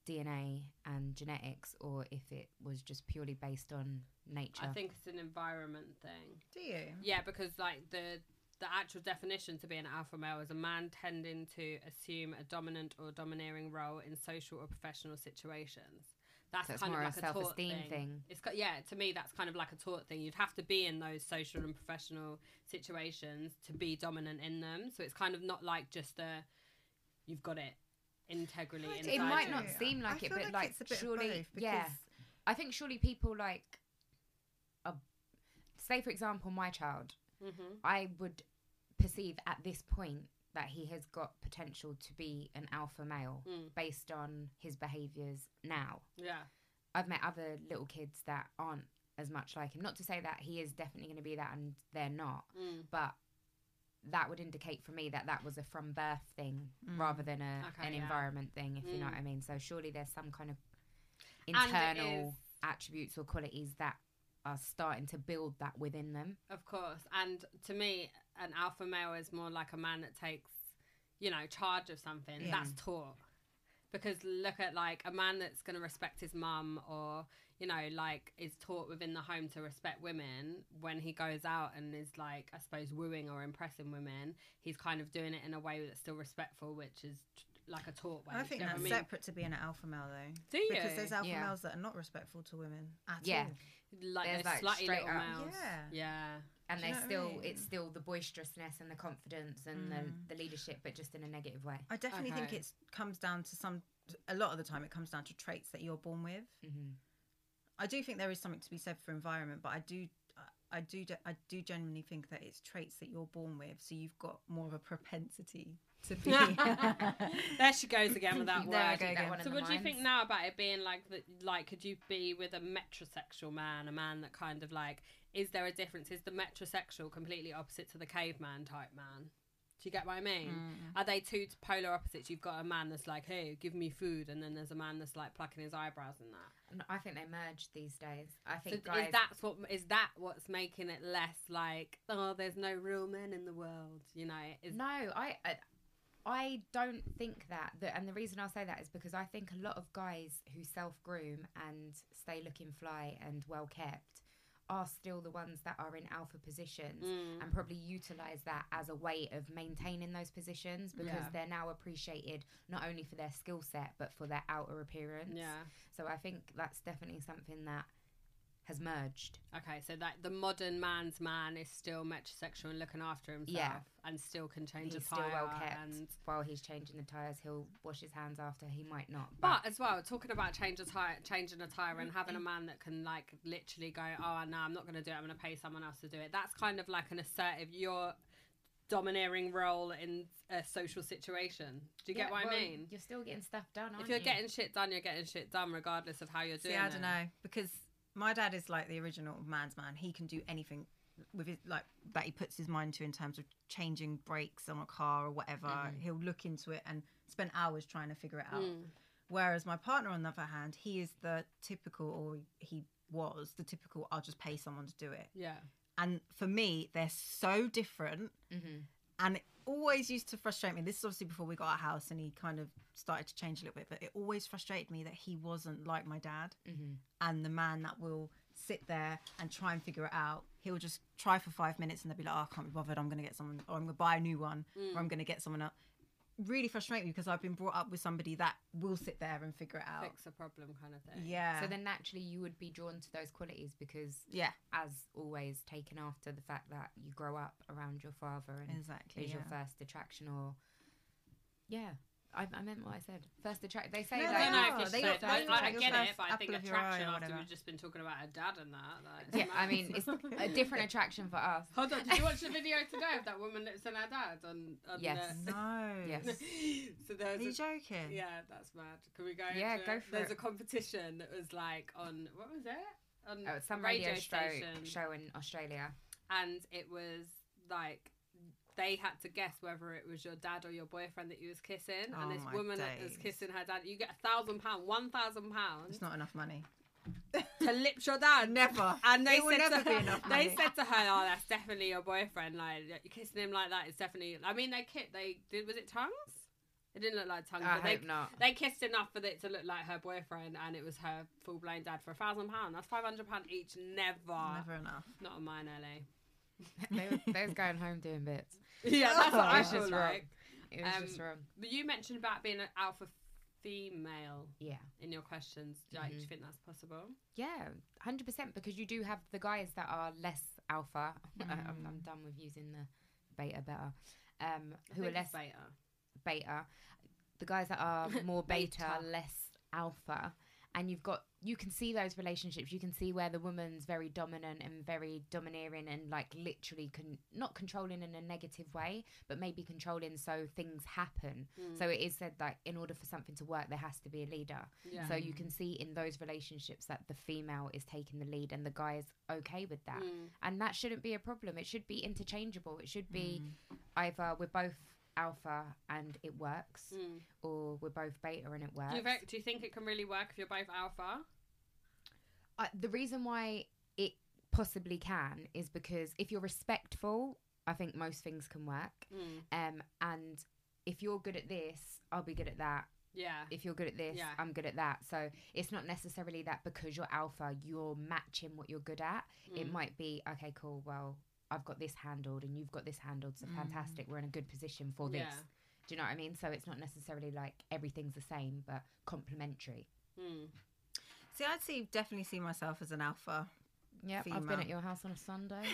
[SPEAKER 2] DNA and genetics, or if it was just purely based on nature.
[SPEAKER 1] I think it's an environment thing.
[SPEAKER 3] do you?
[SPEAKER 1] Yeah, because like the the actual definition to be an alpha male is a man tending to assume a dominant or domineering role in social or professional situations. That's
[SPEAKER 2] so it's
[SPEAKER 1] kind
[SPEAKER 2] more
[SPEAKER 1] of like
[SPEAKER 2] a
[SPEAKER 1] a taught
[SPEAKER 2] self-esteem
[SPEAKER 1] thing.
[SPEAKER 2] thing.
[SPEAKER 1] It's got, yeah, to me that's kind of like a taught thing. You'd have to be in those social and professional situations to be dominant in them. So it's kind of not like just a you've got it integrally
[SPEAKER 3] I
[SPEAKER 1] inside.
[SPEAKER 2] It might
[SPEAKER 1] you.
[SPEAKER 2] not
[SPEAKER 3] Yeah.
[SPEAKER 2] seem like
[SPEAKER 3] I
[SPEAKER 2] it,
[SPEAKER 3] feel
[SPEAKER 2] but
[SPEAKER 3] like,
[SPEAKER 2] like,
[SPEAKER 3] it's a bit
[SPEAKER 2] surely,
[SPEAKER 3] of both because
[SPEAKER 2] yeah. I think surely people like, a, say for example, my child.
[SPEAKER 1] Mhm.
[SPEAKER 2] I would perceive at this point that he has got potential to be an alpha male
[SPEAKER 1] Mm.
[SPEAKER 2] based on his behaviors now.
[SPEAKER 1] Yeah.
[SPEAKER 2] I've met other little kids that aren't as much like him. Not to say that he is definitely going to be that and they're not,
[SPEAKER 1] Mm.
[SPEAKER 2] but that would indicate for me that that was a from birth thing
[SPEAKER 3] Mm.
[SPEAKER 2] rather than a
[SPEAKER 1] Okay,
[SPEAKER 2] an
[SPEAKER 1] yeah.
[SPEAKER 2] environment thing, if you know
[SPEAKER 1] Mm.
[SPEAKER 2] what I mean. So surely there's some kind of
[SPEAKER 1] And it
[SPEAKER 2] internal
[SPEAKER 1] is-
[SPEAKER 2] attributes or qualities that are starting to build that within them.
[SPEAKER 1] Of course. And to me, an alpha male is more like a man that takes, you know, charge of something.
[SPEAKER 3] Yeah.
[SPEAKER 1] That's taught. Because look at like a man that's going to respect his mum or, you know, like is taught within the home to respect women when he goes out and is like, I suppose, wooing or impressing women. He's kind of doing it in a way that's still respectful, which is t- like a taught way.
[SPEAKER 3] I think
[SPEAKER 1] Do you know
[SPEAKER 3] that's
[SPEAKER 1] what I mean?
[SPEAKER 3] separate to being an alpha male though,
[SPEAKER 1] Do you?
[SPEAKER 3] because there's alpha
[SPEAKER 2] Yeah.
[SPEAKER 3] males that are not respectful to women at
[SPEAKER 2] Yeah.
[SPEAKER 3] all.
[SPEAKER 1] like
[SPEAKER 2] there's,
[SPEAKER 1] those
[SPEAKER 2] like,
[SPEAKER 1] slutty
[SPEAKER 2] straight
[SPEAKER 1] little
[SPEAKER 2] up-
[SPEAKER 1] males.
[SPEAKER 3] Yeah.
[SPEAKER 1] Yeah.
[SPEAKER 2] and
[SPEAKER 3] Do you
[SPEAKER 2] they
[SPEAKER 3] know what I
[SPEAKER 2] still it's
[SPEAKER 3] mean?
[SPEAKER 2] still the boisterousness and the confidence and
[SPEAKER 3] Mm.
[SPEAKER 2] the, the leadership but just in a negative way
[SPEAKER 3] I definitely think
[SPEAKER 1] Okay.
[SPEAKER 3] it comes down to some. A lot of the time, it comes down to traits that you're born with.
[SPEAKER 2] mm-hmm.
[SPEAKER 3] I do think there is something to be said for environment, but I do, I- I do, I do genuinely think that it's traits that you're born with, so you've got more of a propensity to be.
[SPEAKER 1] There she goes again with that
[SPEAKER 2] There I
[SPEAKER 1] word.
[SPEAKER 2] go again.
[SPEAKER 1] So,
[SPEAKER 2] in
[SPEAKER 1] what
[SPEAKER 2] the
[SPEAKER 1] do you think
[SPEAKER 2] minds.
[SPEAKER 1] now about it being like that? Like, could you be with a metrosexual man, a man that kind of like? Is there a difference? Is the metrosexual completely opposite to the caveman type man? Do you get what I mean?
[SPEAKER 2] Hmm.
[SPEAKER 1] Are they two polar opposites? You've got a man that's like, "Hey, give me food," and then there's a man that's like plucking his eyebrows and that.
[SPEAKER 2] And i think they merge these days i
[SPEAKER 1] So
[SPEAKER 2] think
[SPEAKER 1] is
[SPEAKER 2] guys
[SPEAKER 1] that's what is that what's making it less like, "Oh, there's no real men in the world," you know? Is
[SPEAKER 2] no I, I i don't think that that and the reason i say that is because i think a lot of guys who self-groom and stay looking fly and well kept are still the ones that are in alpha positions
[SPEAKER 1] Mm.
[SPEAKER 2] and probably utilize that as a way of maintaining those positions because
[SPEAKER 1] Yeah.
[SPEAKER 2] they're now appreciated not only for their skill set but for their outer appearance.
[SPEAKER 1] yeah.
[SPEAKER 2] So I think that's definitely something that has merged.
[SPEAKER 1] Okay, so that the modern man's man is still metrosexual and looking after himself,
[SPEAKER 2] Yeah.
[SPEAKER 1] and still can change
[SPEAKER 2] he's
[SPEAKER 1] a
[SPEAKER 2] still
[SPEAKER 1] tire.
[SPEAKER 2] well kept.
[SPEAKER 1] And...
[SPEAKER 2] While he's changing the tires, he'll wash his hands after. He might not.
[SPEAKER 1] But as well, talking about change a tire, changing a tire, and having a man that can like literally go, "Oh no, I'm not going to do it. I'm going to pay someone else to do it." That's kind of like an assertive, your domineering role in a social situation. Do you get
[SPEAKER 2] Yeah,
[SPEAKER 1] what
[SPEAKER 2] well,
[SPEAKER 1] I mean?
[SPEAKER 2] You're still getting stuff done. Aren't
[SPEAKER 1] If you're
[SPEAKER 2] you?
[SPEAKER 1] getting shit done, you're getting shit done, regardless of how you're doing
[SPEAKER 3] See, I
[SPEAKER 1] it.
[SPEAKER 3] don't know because my dad is like the original man's man. He can do anything with his like that he puts his mind to in terms of changing brakes on a car or whatever. He'll look into it and spend hours trying to figure it out. Whereas my partner, on the other hand, he is the typical, or he was the typical. I'll just pay someone to do it.
[SPEAKER 1] Yeah.
[SPEAKER 3] And for me, they're so different.
[SPEAKER 2] Mhm.
[SPEAKER 3] And it always used to frustrate me. This is obviously before we got our house and he kind of started to change a little bit, but it always frustrated me that he wasn't like my dad
[SPEAKER 2] Mhm.
[SPEAKER 3] and the man that will sit there and try and figure it out. He'll just try for five minutes and they'll be like, oh, I can't be bothered. I'm going to get someone, or I'm going to buy a new one,
[SPEAKER 1] Mm.
[SPEAKER 3] or I'm going to get someone up. Really frustrate me because I've been brought up with somebody that will sit there and figure it out.
[SPEAKER 1] Fix a problem, kind of thing.
[SPEAKER 3] Yeah.
[SPEAKER 2] So then naturally you would be drawn to those qualities because,
[SPEAKER 3] yeah,
[SPEAKER 2] as always, taken after the fact that you grow up around your father and
[SPEAKER 3] exactly.
[SPEAKER 2] is your
[SPEAKER 3] yeah.
[SPEAKER 2] first attraction or yeah I, I meant what I said. First attraction. They say
[SPEAKER 3] No,
[SPEAKER 1] I
[SPEAKER 3] they
[SPEAKER 2] like
[SPEAKER 1] don't know if
[SPEAKER 3] are.
[SPEAKER 1] it's
[SPEAKER 3] They
[SPEAKER 1] so-
[SPEAKER 3] look-
[SPEAKER 1] I,
[SPEAKER 3] they
[SPEAKER 1] like, I
[SPEAKER 3] look
[SPEAKER 1] get
[SPEAKER 3] like
[SPEAKER 1] it, but I
[SPEAKER 3] apple
[SPEAKER 1] think
[SPEAKER 3] of your eye or
[SPEAKER 1] attraction after
[SPEAKER 3] whatever.
[SPEAKER 1] we've just been talking about her dad and that. Like, it's
[SPEAKER 2] yeah. I
[SPEAKER 1] mad.
[SPEAKER 2] mean, it's a different attraction for us. Oh,
[SPEAKER 1] Hold on, did you watch the video today of that woman that sent her dad on? on
[SPEAKER 2] Yes.
[SPEAKER 1] The...
[SPEAKER 3] No.
[SPEAKER 2] Yes.
[SPEAKER 1] so there
[SPEAKER 3] Are you
[SPEAKER 1] was a,
[SPEAKER 3] joking?
[SPEAKER 1] yeah, that's mad. Can we go?
[SPEAKER 2] Yeah,
[SPEAKER 1] into
[SPEAKER 2] go
[SPEAKER 1] it?
[SPEAKER 2] for
[SPEAKER 1] There's
[SPEAKER 2] it.
[SPEAKER 1] a competition that was like on what was it? On
[SPEAKER 2] Oh, it's some radio, show, show in Australia.
[SPEAKER 1] and it was like they had to guess whether it was your dad or your boyfriend that you was kissing,
[SPEAKER 3] Oh
[SPEAKER 1] and this
[SPEAKER 3] my
[SPEAKER 1] woman that was
[SPEAKER 3] days.
[SPEAKER 1] kissing her dad, you get a thousand pound, one thousand pounds
[SPEAKER 3] It's not enough money.
[SPEAKER 1] to lips your dad.
[SPEAKER 3] Never.
[SPEAKER 1] And they
[SPEAKER 3] It will
[SPEAKER 1] said
[SPEAKER 3] never
[SPEAKER 1] to
[SPEAKER 3] be
[SPEAKER 1] her,
[SPEAKER 3] enough
[SPEAKER 1] they
[SPEAKER 3] money.
[SPEAKER 1] said to her, "Oh, that's definitely your boyfriend. Like you're kissing him like that is definitely." I mean, they kissed. They did. Was it tongues? It didn't look like tongues.
[SPEAKER 2] I
[SPEAKER 1] but they,
[SPEAKER 2] hope not.
[SPEAKER 1] they kissed enough for it to look like her boyfriend, and it was her full blown dad for a thousand pound. That's five hundred pound each. Never.
[SPEAKER 3] Never enough.
[SPEAKER 1] Not on mine, Ellie.
[SPEAKER 2] they, were, they was going home doing bits.
[SPEAKER 1] Yeah, that's what
[SPEAKER 2] It
[SPEAKER 1] I
[SPEAKER 2] was
[SPEAKER 1] feel
[SPEAKER 2] just wrong.
[SPEAKER 1] like.
[SPEAKER 2] It was
[SPEAKER 1] Um,
[SPEAKER 2] just wrong.
[SPEAKER 1] Oh, But you mentioned about being an alpha female
[SPEAKER 2] Yeah.
[SPEAKER 1] in your questions. Like, Do you think that's possible?
[SPEAKER 2] Yeah, hundred percent. Because you do have the guys that are less alpha. I'm, I'm done with using the beta better. Um,
[SPEAKER 1] I
[SPEAKER 2] who are
[SPEAKER 1] think
[SPEAKER 2] less
[SPEAKER 1] it's beta?
[SPEAKER 2] beta? The guys that are more beta,
[SPEAKER 1] Beta.
[SPEAKER 2] less alpha. And you've got you can see those relationships. You can see where the woman's very dominant and very domineering and like literally con- not controlling in a negative way, but maybe controlling so things happen.
[SPEAKER 1] Hmm.
[SPEAKER 2] So it is said like in order for something to work, there has to be a leader.
[SPEAKER 1] Yeah.
[SPEAKER 2] So you can see in those relationships that the female is taking the lead and the guy is okay with that.
[SPEAKER 1] Mm.
[SPEAKER 2] And that shouldn't be a problem. It should be interchangeable. It should
[SPEAKER 1] Hmm.
[SPEAKER 2] be
[SPEAKER 3] Mm.
[SPEAKER 2] either we're both alpha and it works,
[SPEAKER 1] Mm.
[SPEAKER 2] or we're both beta and it
[SPEAKER 1] Do
[SPEAKER 2] works.
[SPEAKER 1] you, ve- do you think it can really work if you're both alpha?
[SPEAKER 2] I, the reason why it possibly can is because if you're respectful, I think most things can work. Um, and if you're good at this, I'll be good at that.
[SPEAKER 1] Yeah.
[SPEAKER 2] if you're good at this,
[SPEAKER 1] Yeah.
[SPEAKER 2] I'm good at that. So it's not necessarily that because you're alpha, you're matching what you're good at. It
[SPEAKER 1] Mm.
[SPEAKER 2] might be, okay, cool, well, I've got this handled and you've got this handled. So fantastic. We're in a good position for this.
[SPEAKER 1] Mm. Yeah.
[SPEAKER 2] Do you know what I mean? So it's not necessarily like everything's the same, but complementary.
[SPEAKER 1] Mm.
[SPEAKER 3] See, I'd see definitely see myself as an alpha.
[SPEAKER 2] Yeah, I've
[SPEAKER 3] Female.
[SPEAKER 2] been at your house on a Sunday.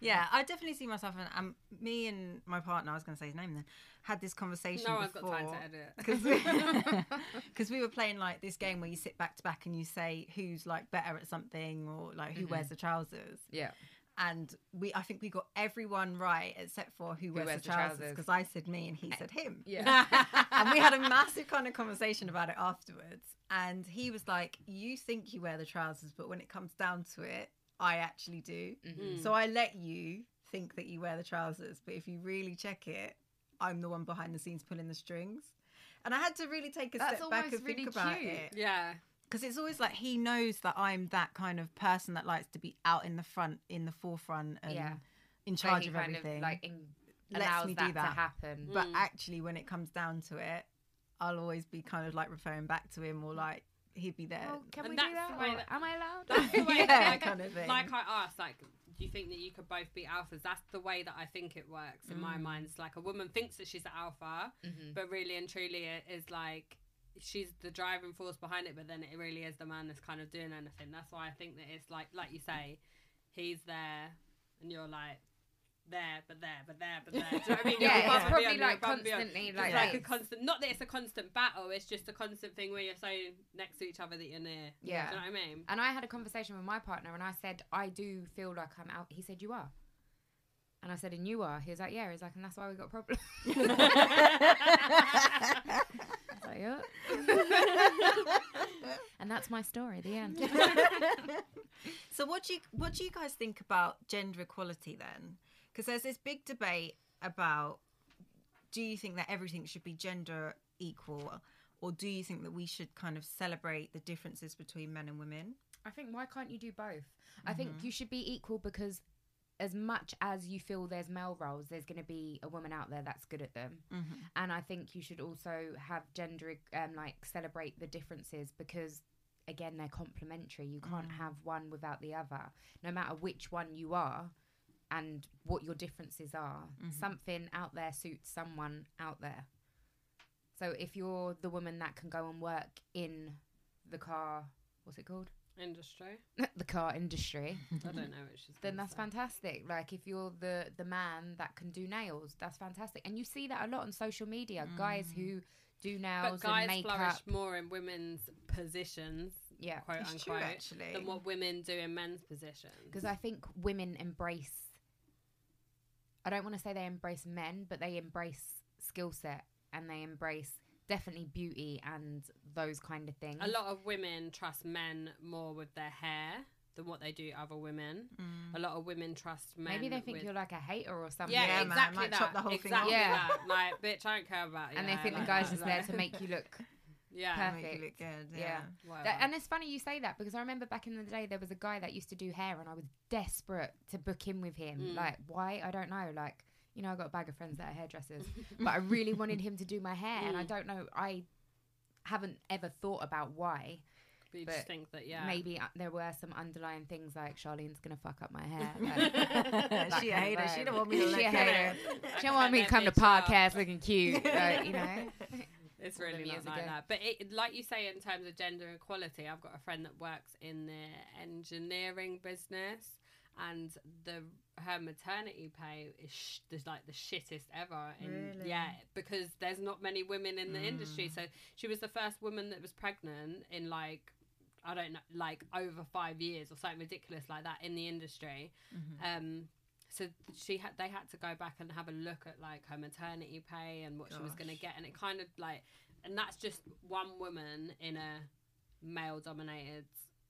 [SPEAKER 3] yeah, I definitely see myself. And um, me and my partner, I was going to say his name then, had this conversation.
[SPEAKER 1] No one's got
[SPEAKER 3] before.
[SPEAKER 1] time to edit.
[SPEAKER 3] because because we were playing like this game where you sit back to back and you say who's like better at something or like who wears the trousers
[SPEAKER 2] yeah.
[SPEAKER 3] and we I think we got everyone right except for who, wears, the trousers because I said me and he said him
[SPEAKER 2] Yeah.
[SPEAKER 3] and we had a massive kind of conversation about it afterwards and he was like you think you wear the trousers but when it comes down to it I actually do
[SPEAKER 2] Mm-hmm.
[SPEAKER 1] Mm.
[SPEAKER 3] so I let you think that you wear the trousers, but if you really check it, I'm the one behind the scenes pulling the strings. And I had to really take a
[SPEAKER 2] That's
[SPEAKER 3] step back
[SPEAKER 2] almost
[SPEAKER 3] and
[SPEAKER 2] really
[SPEAKER 3] think about
[SPEAKER 2] cute.
[SPEAKER 3] it.
[SPEAKER 1] yeah.
[SPEAKER 3] Because it's always like he knows that I'm that kind of person that likes to be out in the front, in the forefront, and
[SPEAKER 2] Yeah.
[SPEAKER 3] in
[SPEAKER 2] So
[SPEAKER 3] charge
[SPEAKER 2] he
[SPEAKER 3] of
[SPEAKER 2] kind
[SPEAKER 3] everything.
[SPEAKER 2] Of, like, in-
[SPEAKER 3] Lets
[SPEAKER 2] allows
[SPEAKER 3] me do
[SPEAKER 2] that,
[SPEAKER 3] that.
[SPEAKER 2] to happen.
[SPEAKER 3] But
[SPEAKER 1] Mm.
[SPEAKER 3] actually, when it comes down to it, I'll always be kind of like referring back to him or like he'd be there.
[SPEAKER 2] Well, Oh, can
[SPEAKER 1] And
[SPEAKER 2] we
[SPEAKER 1] that's
[SPEAKER 2] do
[SPEAKER 1] the
[SPEAKER 2] that?
[SPEAKER 1] way
[SPEAKER 2] Or
[SPEAKER 1] that-
[SPEAKER 2] Am I allowed?
[SPEAKER 1] That's the way
[SPEAKER 3] Yeah,
[SPEAKER 1] that, like,
[SPEAKER 3] kind of thing.
[SPEAKER 1] like I asked, like, do you think that you could both be alphas? That's the way that I think it works in my mind. It's like a woman thinks that she's the alpha,
[SPEAKER 2] Mhm.
[SPEAKER 1] but really and truly it is like she's the driving force behind it, but then it really is the man that's kind of doing anything. That's why I think that it's like, like you say, he's there and you're like, there, but there, but there, but there. Do you know what I mean? You're
[SPEAKER 2] Yeah,
[SPEAKER 1] above
[SPEAKER 2] it's
[SPEAKER 1] and
[SPEAKER 2] probably
[SPEAKER 1] beyond, you're
[SPEAKER 2] like
[SPEAKER 1] above and beyond.
[SPEAKER 2] constantly
[SPEAKER 1] It's
[SPEAKER 2] like
[SPEAKER 1] like a
[SPEAKER 2] that.
[SPEAKER 1] constant, not that it's a constant battle, it's just a constant thing where you're so next to each other that you're near.
[SPEAKER 2] Yeah.
[SPEAKER 1] Do you know what I mean?
[SPEAKER 2] And I had a conversation with my partner and I said, I do feel like I'm out. He said, You are. And I said, And you are. He was like, Yeah. He's like, And that's why we got a problem. I was like, "Yeah." and that's my story, the end.
[SPEAKER 3] So what do you what do you guys think about gender equality then? Because there's this big debate about do you think that everything should be gender equal or do you think that we should kind of celebrate the differences between men and women?
[SPEAKER 2] I think, why can't you do both? I think you should be equal because as much as you feel there's male roles, there's going to be a woman out there that's good at them.
[SPEAKER 1] Mm-hmm.
[SPEAKER 2] and I think you should also have gender um, like celebrate the differences because again they're complementary. You can't have one without the other, no matter which one you are and what your differences are. Something out there suits someone out there. So if you're the woman that can go and work in the car, what's it called?
[SPEAKER 1] industry.
[SPEAKER 2] the car industry,
[SPEAKER 1] I don't know what she's.
[SPEAKER 2] then
[SPEAKER 1] gonna
[SPEAKER 2] that's
[SPEAKER 1] say.
[SPEAKER 2] fantastic. Like if you're the the man that can do nails, that's fantastic. And you see that a lot on social media. Guys who do nails
[SPEAKER 1] Mm. But guys
[SPEAKER 2] and makeup.
[SPEAKER 1] flourish more in women's positions,
[SPEAKER 2] Yeah.
[SPEAKER 1] quote
[SPEAKER 3] It's true,
[SPEAKER 1] unquote,
[SPEAKER 3] actually.
[SPEAKER 1] than what women do in men's positions.
[SPEAKER 2] Because I think women embrace I don't want to say they embrace men, but they embrace skill set and they embrace definitely beauty and those kind of things.
[SPEAKER 1] A lot of women trust men more with their hair than what they do other women.
[SPEAKER 3] Mm.
[SPEAKER 1] A lot of women trust men.
[SPEAKER 2] Maybe they think
[SPEAKER 1] with...
[SPEAKER 2] you're like a hater or something.
[SPEAKER 1] yeah,
[SPEAKER 3] Yeah, man,
[SPEAKER 1] exactly
[SPEAKER 3] might
[SPEAKER 1] that.
[SPEAKER 3] chop the whole thing
[SPEAKER 1] exactly
[SPEAKER 3] off.
[SPEAKER 2] Yeah.
[SPEAKER 1] that. Like, bitch, I don't care about you.
[SPEAKER 2] and they think the guy's just there to make you look
[SPEAKER 1] Yeah.
[SPEAKER 2] perfect.
[SPEAKER 3] Make you look good. Yeah.
[SPEAKER 2] Yeah.
[SPEAKER 1] whatever.
[SPEAKER 2] That, and it's funny you say that because I remember back in the day there was a guy that used to do hair and I was desperate to book in with him.
[SPEAKER 1] Mm.
[SPEAKER 2] Like why? I don't know. Like you know I got a bag of friends that are hairdressers, but I really wanted him to do my hair and I
[SPEAKER 1] Mm.
[SPEAKER 2] don't know. I haven't ever thought about why.
[SPEAKER 1] But you just
[SPEAKER 2] but
[SPEAKER 1] think that, yeah.
[SPEAKER 2] Maybe uh, there were some underlying things like Charlene's gonna fuck up my hair. Like,
[SPEAKER 1] That
[SPEAKER 3] she a
[SPEAKER 2] kind of
[SPEAKER 3] hater. She
[SPEAKER 2] vibe.
[SPEAKER 3] don't want me to
[SPEAKER 2] She
[SPEAKER 3] look
[SPEAKER 2] a
[SPEAKER 3] good.
[SPEAKER 2] hater.
[SPEAKER 1] I
[SPEAKER 2] she don't want me to
[SPEAKER 1] can't
[SPEAKER 2] come to
[SPEAKER 1] bitch up.
[SPEAKER 2] podcast looking cute. Like, you know.
[SPEAKER 1] It's
[SPEAKER 2] all them
[SPEAKER 1] really
[SPEAKER 2] years
[SPEAKER 1] not like
[SPEAKER 2] ago.
[SPEAKER 1] that. But it, like you say, in terms of gender equality, I've got a friend that works in the engineering business, and the her maternity pay is, sh- is like the shittest ever. And
[SPEAKER 3] Really?
[SPEAKER 1] yeah, because there's not many women in the industry. So she was the first woman that was pregnant in like. I don't know, like over five years or something ridiculous like that in the industry.
[SPEAKER 3] Mm-hmm.
[SPEAKER 1] Um, so she had they had to go back and have a look at like her maternity pay and what she was going to
[SPEAKER 3] Gosh.
[SPEAKER 1] get and it kind of like and that's just one woman in a male dominated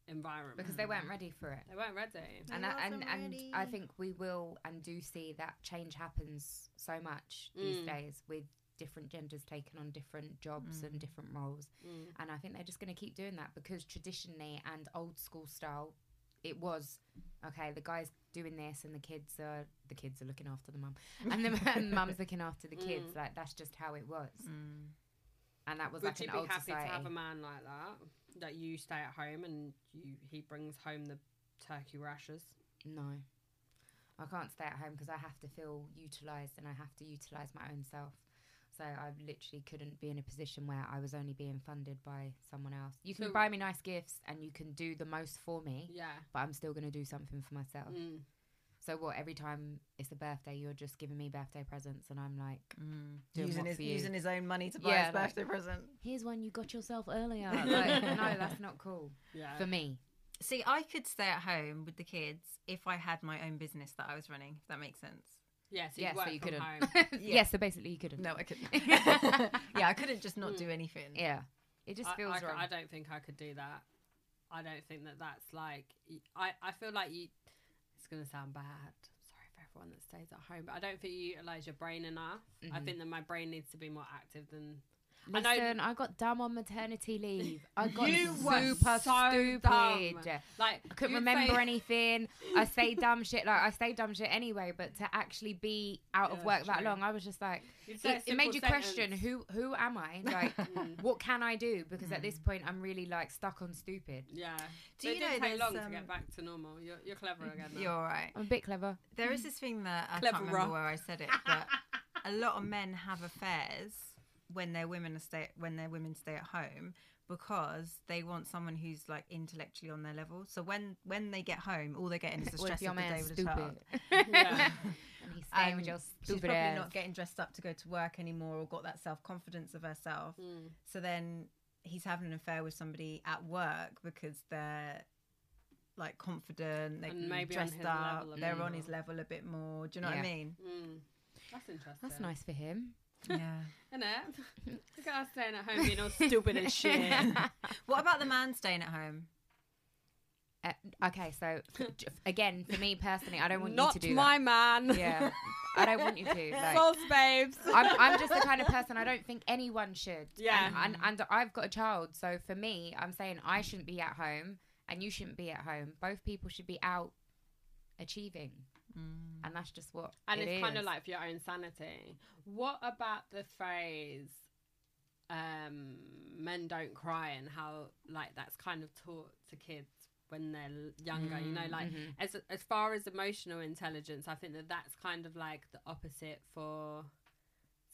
[SPEAKER 1] environment
[SPEAKER 2] Because they weren't ready for it.
[SPEAKER 1] they weren't ready
[SPEAKER 2] and I, and,
[SPEAKER 3] wasn't
[SPEAKER 2] and I
[SPEAKER 3] ready.
[SPEAKER 2] think we will and do see that change happens so much
[SPEAKER 1] Mm.
[SPEAKER 2] these days with different genders taking on different jobs and different roles
[SPEAKER 1] Mm.
[SPEAKER 2] and I think they're just going to keep doing that because traditionally and old school style it was okay the guy's doing this and the kids are the kids are looking after the mum and the and the mum's looking after the kids
[SPEAKER 1] Mm.
[SPEAKER 2] like that's just how it was
[SPEAKER 3] Mm.
[SPEAKER 2] and that was
[SPEAKER 1] would
[SPEAKER 2] like
[SPEAKER 1] you
[SPEAKER 2] an
[SPEAKER 1] be
[SPEAKER 2] old
[SPEAKER 1] happy
[SPEAKER 2] society
[SPEAKER 1] to have a man like that that you stay at home and you he brings home the turkey rashes
[SPEAKER 2] no I can't stay at home because I have to feel utilized and I have to utilize my own self. So I literally couldn't be in a position where I was only being funded by someone else. You can
[SPEAKER 1] So-
[SPEAKER 2] buy me nice gifts and you can do the most for me,
[SPEAKER 1] yeah
[SPEAKER 2] but I'm still going to do something for myself.
[SPEAKER 1] Mm.
[SPEAKER 2] So what? Every time it's a birthday, you're just giving me birthday presents, and I'm like,
[SPEAKER 3] Mm.
[SPEAKER 2] Doing
[SPEAKER 3] Using
[SPEAKER 2] what
[SPEAKER 3] his
[SPEAKER 2] for you?
[SPEAKER 3] using his own money to buy
[SPEAKER 2] Yeah,
[SPEAKER 3] his
[SPEAKER 2] like-
[SPEAKER 3] birthday present.
[SPEAKER 2] "Here's one you got yourself earlier." Like, no, that's not cool
[SPEAKER 1] yeah
[SPEAKER 2] for me.
[SPEAKER 3] See, I could stay at home with the kids if I had my own business that I was running. If that makes sense.
[SPEAKER 1] yeah so you
[SPEAKER 2] yeah,
[SPEAKER 1] work
[SPEAKER 2] so you
[SPEAKER 1] from
[SPEAKER 2] couldn't.
[SPEAKER 1] home
[SPEAKER 2] yeah.
[SPEAKER 3] Yeah.
[SPEAKER 2] so basically you couldn't.
[SPEAKER 3] No, I couldn't. yeah, I couldn't just not
[SPEAKER 1] Mm.
[SPEAKER 3] do anything.
[SPEAKER 2] Yeah, it just
[SPEAKER 1] I-
[SPEAKER 2] feels
[SPEAKER 1] I, c-
[SPEAKER 2] wrong.
[SPEAKER 1] I don't think I could do that. I don't think that that's like. y- I, I feel like you. It's going to sound bad. Sorry for everyone that stays at home, but I don't think you utilize your brain enough. I
[SPEAKER 2] Mhm.
[SPEAKER 1] think that my brain needs to be more active than. I know-
[SPEAKER 2] Listen, I, got dumb on maternity leave. I got
[SPEAKER 1] You were
[SPEAKER 2] super
[SPEAKER 1] so
[SPEAKER 2] stupid.
[SPEAKER 1] dumb. Like
[SPEAKER 2] I couldn't
[SPEAKER 1] you'd
[SPEAKER 2] remember
[SPEAKER 1] say-
[SPEAKER 2] anything. I say dumb shit. Like I say dumb shit anyway, but to actually be out
[SPEAKER 1] Yeah,
[SPEAKER 2] of work that
[SPEAKER 1] true.
[SPEAKER 2] long, I was just like,
[SPEAKER 1] you'd say a
[SPEAKER 2] it, it made
[SPEAKER 1] simple
[SPEAKER 2] you question
[SPEAKER 1] sentence.
[SPEAKER 2] who who am I? Like,
[SPEAKER 1] Mm.
[SPEAKER 2] what can I do? Because at
[SPEAKER 1] Hmm.
[SPEAKER 2] this point, I'm really like stuck on stupid.
[SPEAKER 1] Yeah. But
[SPEAKER 3] Do you
[SPEAKER 1] it didn't
[SPEAKER 3] know
[SPEAKER 1] take
[SPEAKER 3] there's,
[SPEAKER 1] long to
[SPEAKER 3] um,
[SPEAKER 1] get back to normal. You're, you're clever again. now.
[SPEAKER 3] You're all right.
[SPEAKER 2] I'm a bit clever.
[SPEAKER 3] There
[SPEAKER 1] Mm.
[SPEAKER 3] is this thing that I
[SPEAKER 1] Cleverer.
[SPEAKER 3] can't remember where I said it, but a lot of men have affairs when their women are stay when their women stay at home because they want someone who's like intellectually on their level. So when when they get home, all they're getting is the stress
[SPEAKER 2] What if your
[SPEAKER 3] of the day
[SPEAKER 2] man's
[SPEAKER 3] with a
[SPEAKER 2] stupid?
[SPEAKER 3] child.
[SPEAKER 1] Yeah.
[SPEAKER 2] And he's staying
[SPEAKER 3] Um,
[SPEAKER 2] with your
[SPEAKER 3] She's
[SPEAKER 2] stupid
[SPEAKER 3] probably
[SPEAKER 2] ass.
[SPEAKER 3] not getting dressed up to go to work anymore, or got that self confidence of herself.
[SPEAKER 1] Mm.
[SPEAKER 3] So then he's having an affair with somebody at work because they're like confident, they
[SPEAKER 1] And
[SPEAKER 3] can be
[SPEAKER 1] maybe on
[SPEAKER 3] dressed
[SPEAKER 1] his
[SPEAKER 3] up,
[SPEAKER 1] level a
[SPEAKER 3] they're
[SPEAKER 1] bit
[SPEAKER 3] on
[SPEAKER 1] more.
[SPEAKER 3] his level a bit more. Do you know what
[SPEAKER 2] Yeah.
[SPEAKER 3] I mean?
[SPEAKER 1] Mm. That's interesting.
[SPEAKER 2] That's nice for him.
[SPEAKER 3] Yeah.
[SPEAKER 1] Isn't it? Look at us staying at home being all stupid as shit.
[SPEAKER 3] What about the man staying at home?
[SPEAKER 2] Uh, okay, so j- again, for me personally, I don't want
[SPEAKER 1] Not
[SPEAKER 2] you to do
[SPEAKER 1] my
[SPEAKER 2] that.
[SPEAKER 1] man.
[SPEAKER 2] Yeah, I don't want you to. Like,
[SPEAKER 1] False babes.
[SPEAKER 2] I'm, I'm just the kind of person I don't think anyone should.
[SPEAKER 1] Yeah.
[SPEAKER 2] And, and, and I've got a child, so for me, I'm saying I shouldn't be at home and you shouldn't be at home. Both people should be out achieving,
[SPEAKER 1] Mm-hmm.
[SPEAKER 2] and that's just what.
[SPEAKER 1] and
[SPEAKER 2] it
[SPEAKER 1] it's kind of
[SPEAKER 2] is.
[SPEAKER 1] like for your own sanity. What about the phrase um, "men don't cry" and how like that's kind of taught to kids when they're l- younger? You know, like
[SPEAKER 2] Mhm.
[SPEAKER 1] as as far as emotional intelligence, I think that that's kind of like the opposite for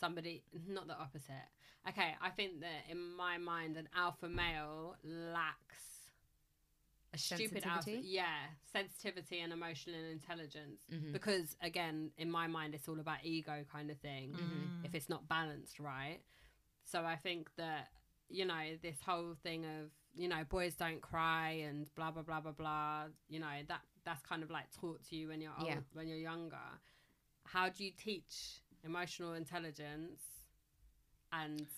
[SPEAKER 1] somebody. Not the opposite. Okay, I think that in my mind, an alpha male lacks a stupid alpha,
[SPEAKER 2] Sensitivity?
[SPEAKER 1] yeah, sensitivity and emotional intelligence.
[SPEAKER 2] Mhm.
[SPEAKER 3] Mm.
[SPEAKER 1] Because again, in my mind, it's all about ego kind of thing.
[SPEAKER 3] Mm.
[SPEAKER 1] If it's not balanced right, so I think that you know this whole thing of you know boys don't cry and blah blah blah blah blah. You know that that's kind of like taught to you when you're old,
[SPEAKER 2] Yeah.
[SPEAKER 1] when you're younger. How do you teach emotional intelligence and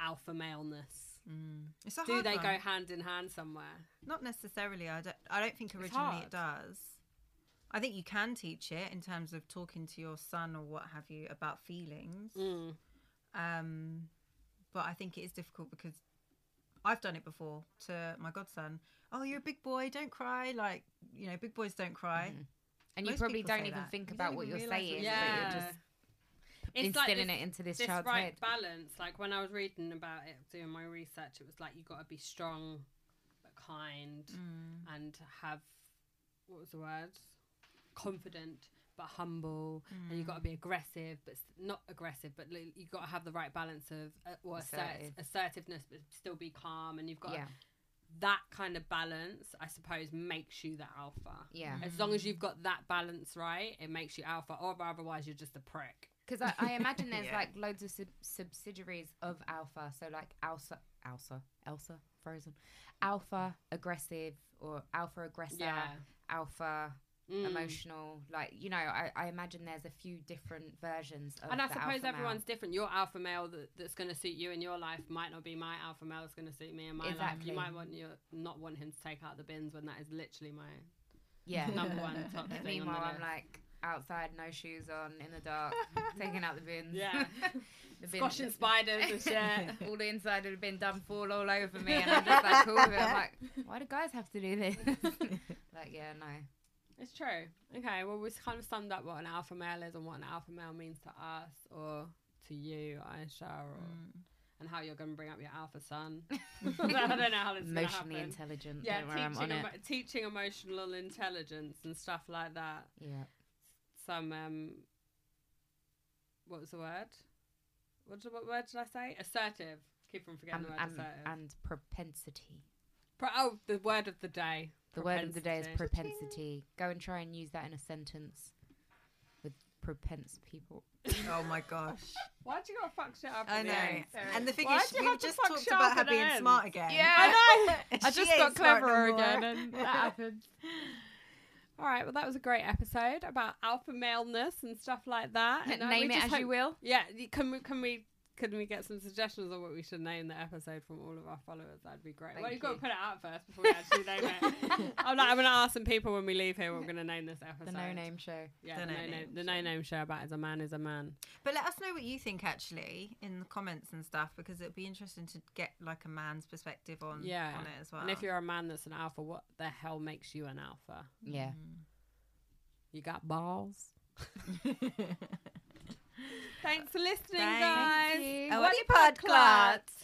[SPEAKER 1] alpha maleness?
[SPEAKER 3] Mm. It's a
[SPEAKER 1] Do
[SPEAKER 3] hard
[SPEAKER 1] they
[SPEAKER 3] one.
[SPEAKER 1] go hand in hand somewhere?
[SPEAKER 3] Not necessarily. I don't. I don't think originally it does. I think you can teach it in terms of talking to your son or what have you about feelings.
[SPEAKER 1] Mm.
[SPEAKER 3] Um, but I think it is difficult because I've done it before to my godson. Oh, you're a big boy. Don't cry. Like you know, big boys don't cry.
[SPEAKER 2] And you
[SPEAKER 3] Most
[SPEAKER 2] probably
[SPEAKER 3] people say
[SPEAKER 2] don't even
[SPEAKER 3] that.
[SPEAKER 2] think
[SPEAKER 3] You
[SPEAKER 2] about
[SPEAKER 3] don't
[SPEAKER 2] what
[SPEAKER 3] even
[SPEAKER 2] you're
[SPEAKER 3] realise what
[SPEAKER 2] saying,
[SPEAKER 3] you're
[SPEAKER 2] but
[SPEAKER 1] Yeah.
[SPEAKER 2] you're just
[SPEAKER 1] It's like
[SPEAKER 2] instilling
[SPEAKER 1] this-
[SPEAKER 2] it into this,
[SPEAKER 1] this
[SPEAKER 2] child's
[SPEAKER 1] right
[SPEAKER 2] head.
[SPEAKER 1] balance. Like when I was reading about it, doing my research, it was like you got to be strong, but kind,
[SPEAKER 3] Mm.
[SPEAKER 1] and have what was the word? Confident but humble, and you got
[SPEAKER 2] Mm.
[SPEAKER 1] to be aggressive, but s- not aggressive. But li- you got to have the right balance of uh, or assert-
[SPEAKER 2] Assertive.
[SPEAKER 1] assertiveness, but still be calm. And you've got
[SPEAKER 2] yeah,
[SPEAKER 1] that kind of balance. I suppose makes you the alpha.
[SPEAKER 2] yeah. Mm.
[SPEAKER 1] As long as you've got that balance right, it makes you alpha, or otherwise you're just a prick.
[SPEAKER 2] Because I, I imagine there's
[SPEAKER 3] Yeah.
[SPEAKER 2] like loads of sub- subsidiaries of Alpha. So like Alsa, Alsa, Elsa, Frozen, Alpha aggressive or Alpha aggressor, Alpha
[SPEAKER 1] Mm.
[SPEAKER 2] emotional. Like you know, I, I imagine there's a few different versions of.
[SPEAKER 1] and I
[SPEAKER 2] the
[SPEAKER 1] suppose
[SPEAKER 2] alpha male.
[SPEAKER 1] everyone's different. Your alpha male that, that's going to suit you in your life might not be my alpha male that's going to suit me in my life.
[SPEAKER 2] Exactly.
[SPEAKER 1] You might want your not want him to take out the bins when that is literally my
[SPEAKER 2] yeah.
[SPEAKER 1] number one top
[SPEAKER 2] And
[SPEAKER 1] thing. on the
[SPEAKER 2] Meanwhile, I'm
[SPEAKER 1] list.
[SPEAKER 2] like outside, no shoes on, in the dark, taking out the bins.
[SPEAKER 1] yeah,
[SPEAKER 2] the bin-
[SPEAKER 1] squashing spiders and shit.
[SPEAKER 2] all the inside would have been done fall all over me, and I'm just like cool with it. I'm like, why do guys have to do this? like, yeah, no.
[SPEAKER 1] It's true. Okay, well we've kind of summed up what an alpha male is and what an alpha male means to us or to you, Aisha, or,
[SPEAKER 2] Mm.
[SPEAKER 1] and how you're going to bring up your alpha son. I don't know how this is going to
[SPEAKER 2] emotionally
[SPEAKER 1] happen.
[SPEAKER 2] intelligent.
[SPEAKER 1] Yeah,
[SPEAKER 2] don't worry, I'm on
[SPEAKER 1] teaching,
[SPEAKER 2] it.
[SPEAKER 1] emo- teaching emotional intelligence and stuff like that.
[SPEAKER 2] yeah,
[SPEAKER 1] some um what was the word what, did- what word did i say assertive keep on forgetting
[SPEAKER 2] and,
[SPEAKER 3] Um,
[SPEAKER 1] the word
[SPEAKER 2] and,
[SPEAKER 1] assertive
[SPEAKER 3] uh,
[SPEAKER 2] and propensity.
[SPEAKER 1] Pro- oh the word of the day
[SPEAKER 2] The word of the day is
[SPEAKER 1] Propensity.
[SPEAKER 2] propensity. Go and try and use that in a sentence with propense people.
[SPEAKER 3] Oh my gosh.
[SPEAKER 1] why do you gotta fuck shit up
[SPEAKER 3] I
[SPEAKER 1] at the
[SPEAKER 3] know.
[SPEAKER 1] end?
[SPEAKER 3] And the thing
[SPEAKER 1] Why
[SPEAKER 3] is,
[SPEAKER 1] do you
[SPEAKER 3] we've
[SPEAKER 1] have to
[SPEAKER 3] just
[SPEAKER 1] fuck
[SPEAKER 3] talked
[SPEAKER 1] shit up
[SPEAKER 3] about her
[SPEAKER 1] at the
[SPEAKER 3] being
[SPEAKER 1] end?
[SPEAKER 3] smart again.
[SPEAKER 1] i know
[SPEAKER 3] I just got cleverer again
[SPEAKER 1] and that happened all right well that was a great episode about alpha maleness and stuff like that and uh, we
[SPEAKER 2] Name it
[SPEAKER 1] just
[SPEAKER 2] as
[SPEAKER 1] hope-
[SPEAKER 2] you will.
[SPEAKER 1] yeah y- can we can we can we get some suggestions on what we should name the episode from all of our followers? That'd be great. well,
[SPEAKER 2] Thank
[SPEAKER 1] you've got
[SPEAKER 2] you.
[SPEAKER 1] to put it out first before we actually name it. I'm like, I'm gonna ask some people when we leave here. What we're gonna name this
[SPEAKER 2] The
[SPEAKER 1] episode.
[SPEAKER 2] no name show.
[SPEAKER 1] Yeah,
[SPEAKER 3] The
[SPEAKER 1] the no
[SPEAKER 3] no
[SPEAKER 1] name.
[SPEAKER 3] name
[SPEAKER 1] The no name show about is a man is a man.
[SPEAKER 3] But let us know what you think actually in the comments and stuff because it'd be interesting to get like a man's perspective on
[SPEAKER 1] Yeah.
[SPEAKER 3] on it as well.
[SPEAKER 1] And if you're a man that's an alpha, what the hell makes you an alpha?
[SPEAKER 2] Yeah.
[SPEAKER 1] You got balls.
[SPEAKER 3] Mm.
[SPEAKER 1] Thanks for listening,
[SPEAKER 3] Thank
[SPEAKER 1] guys.
[SPEAKER 2] you.
[SPEAKER 3] Awali Podclats.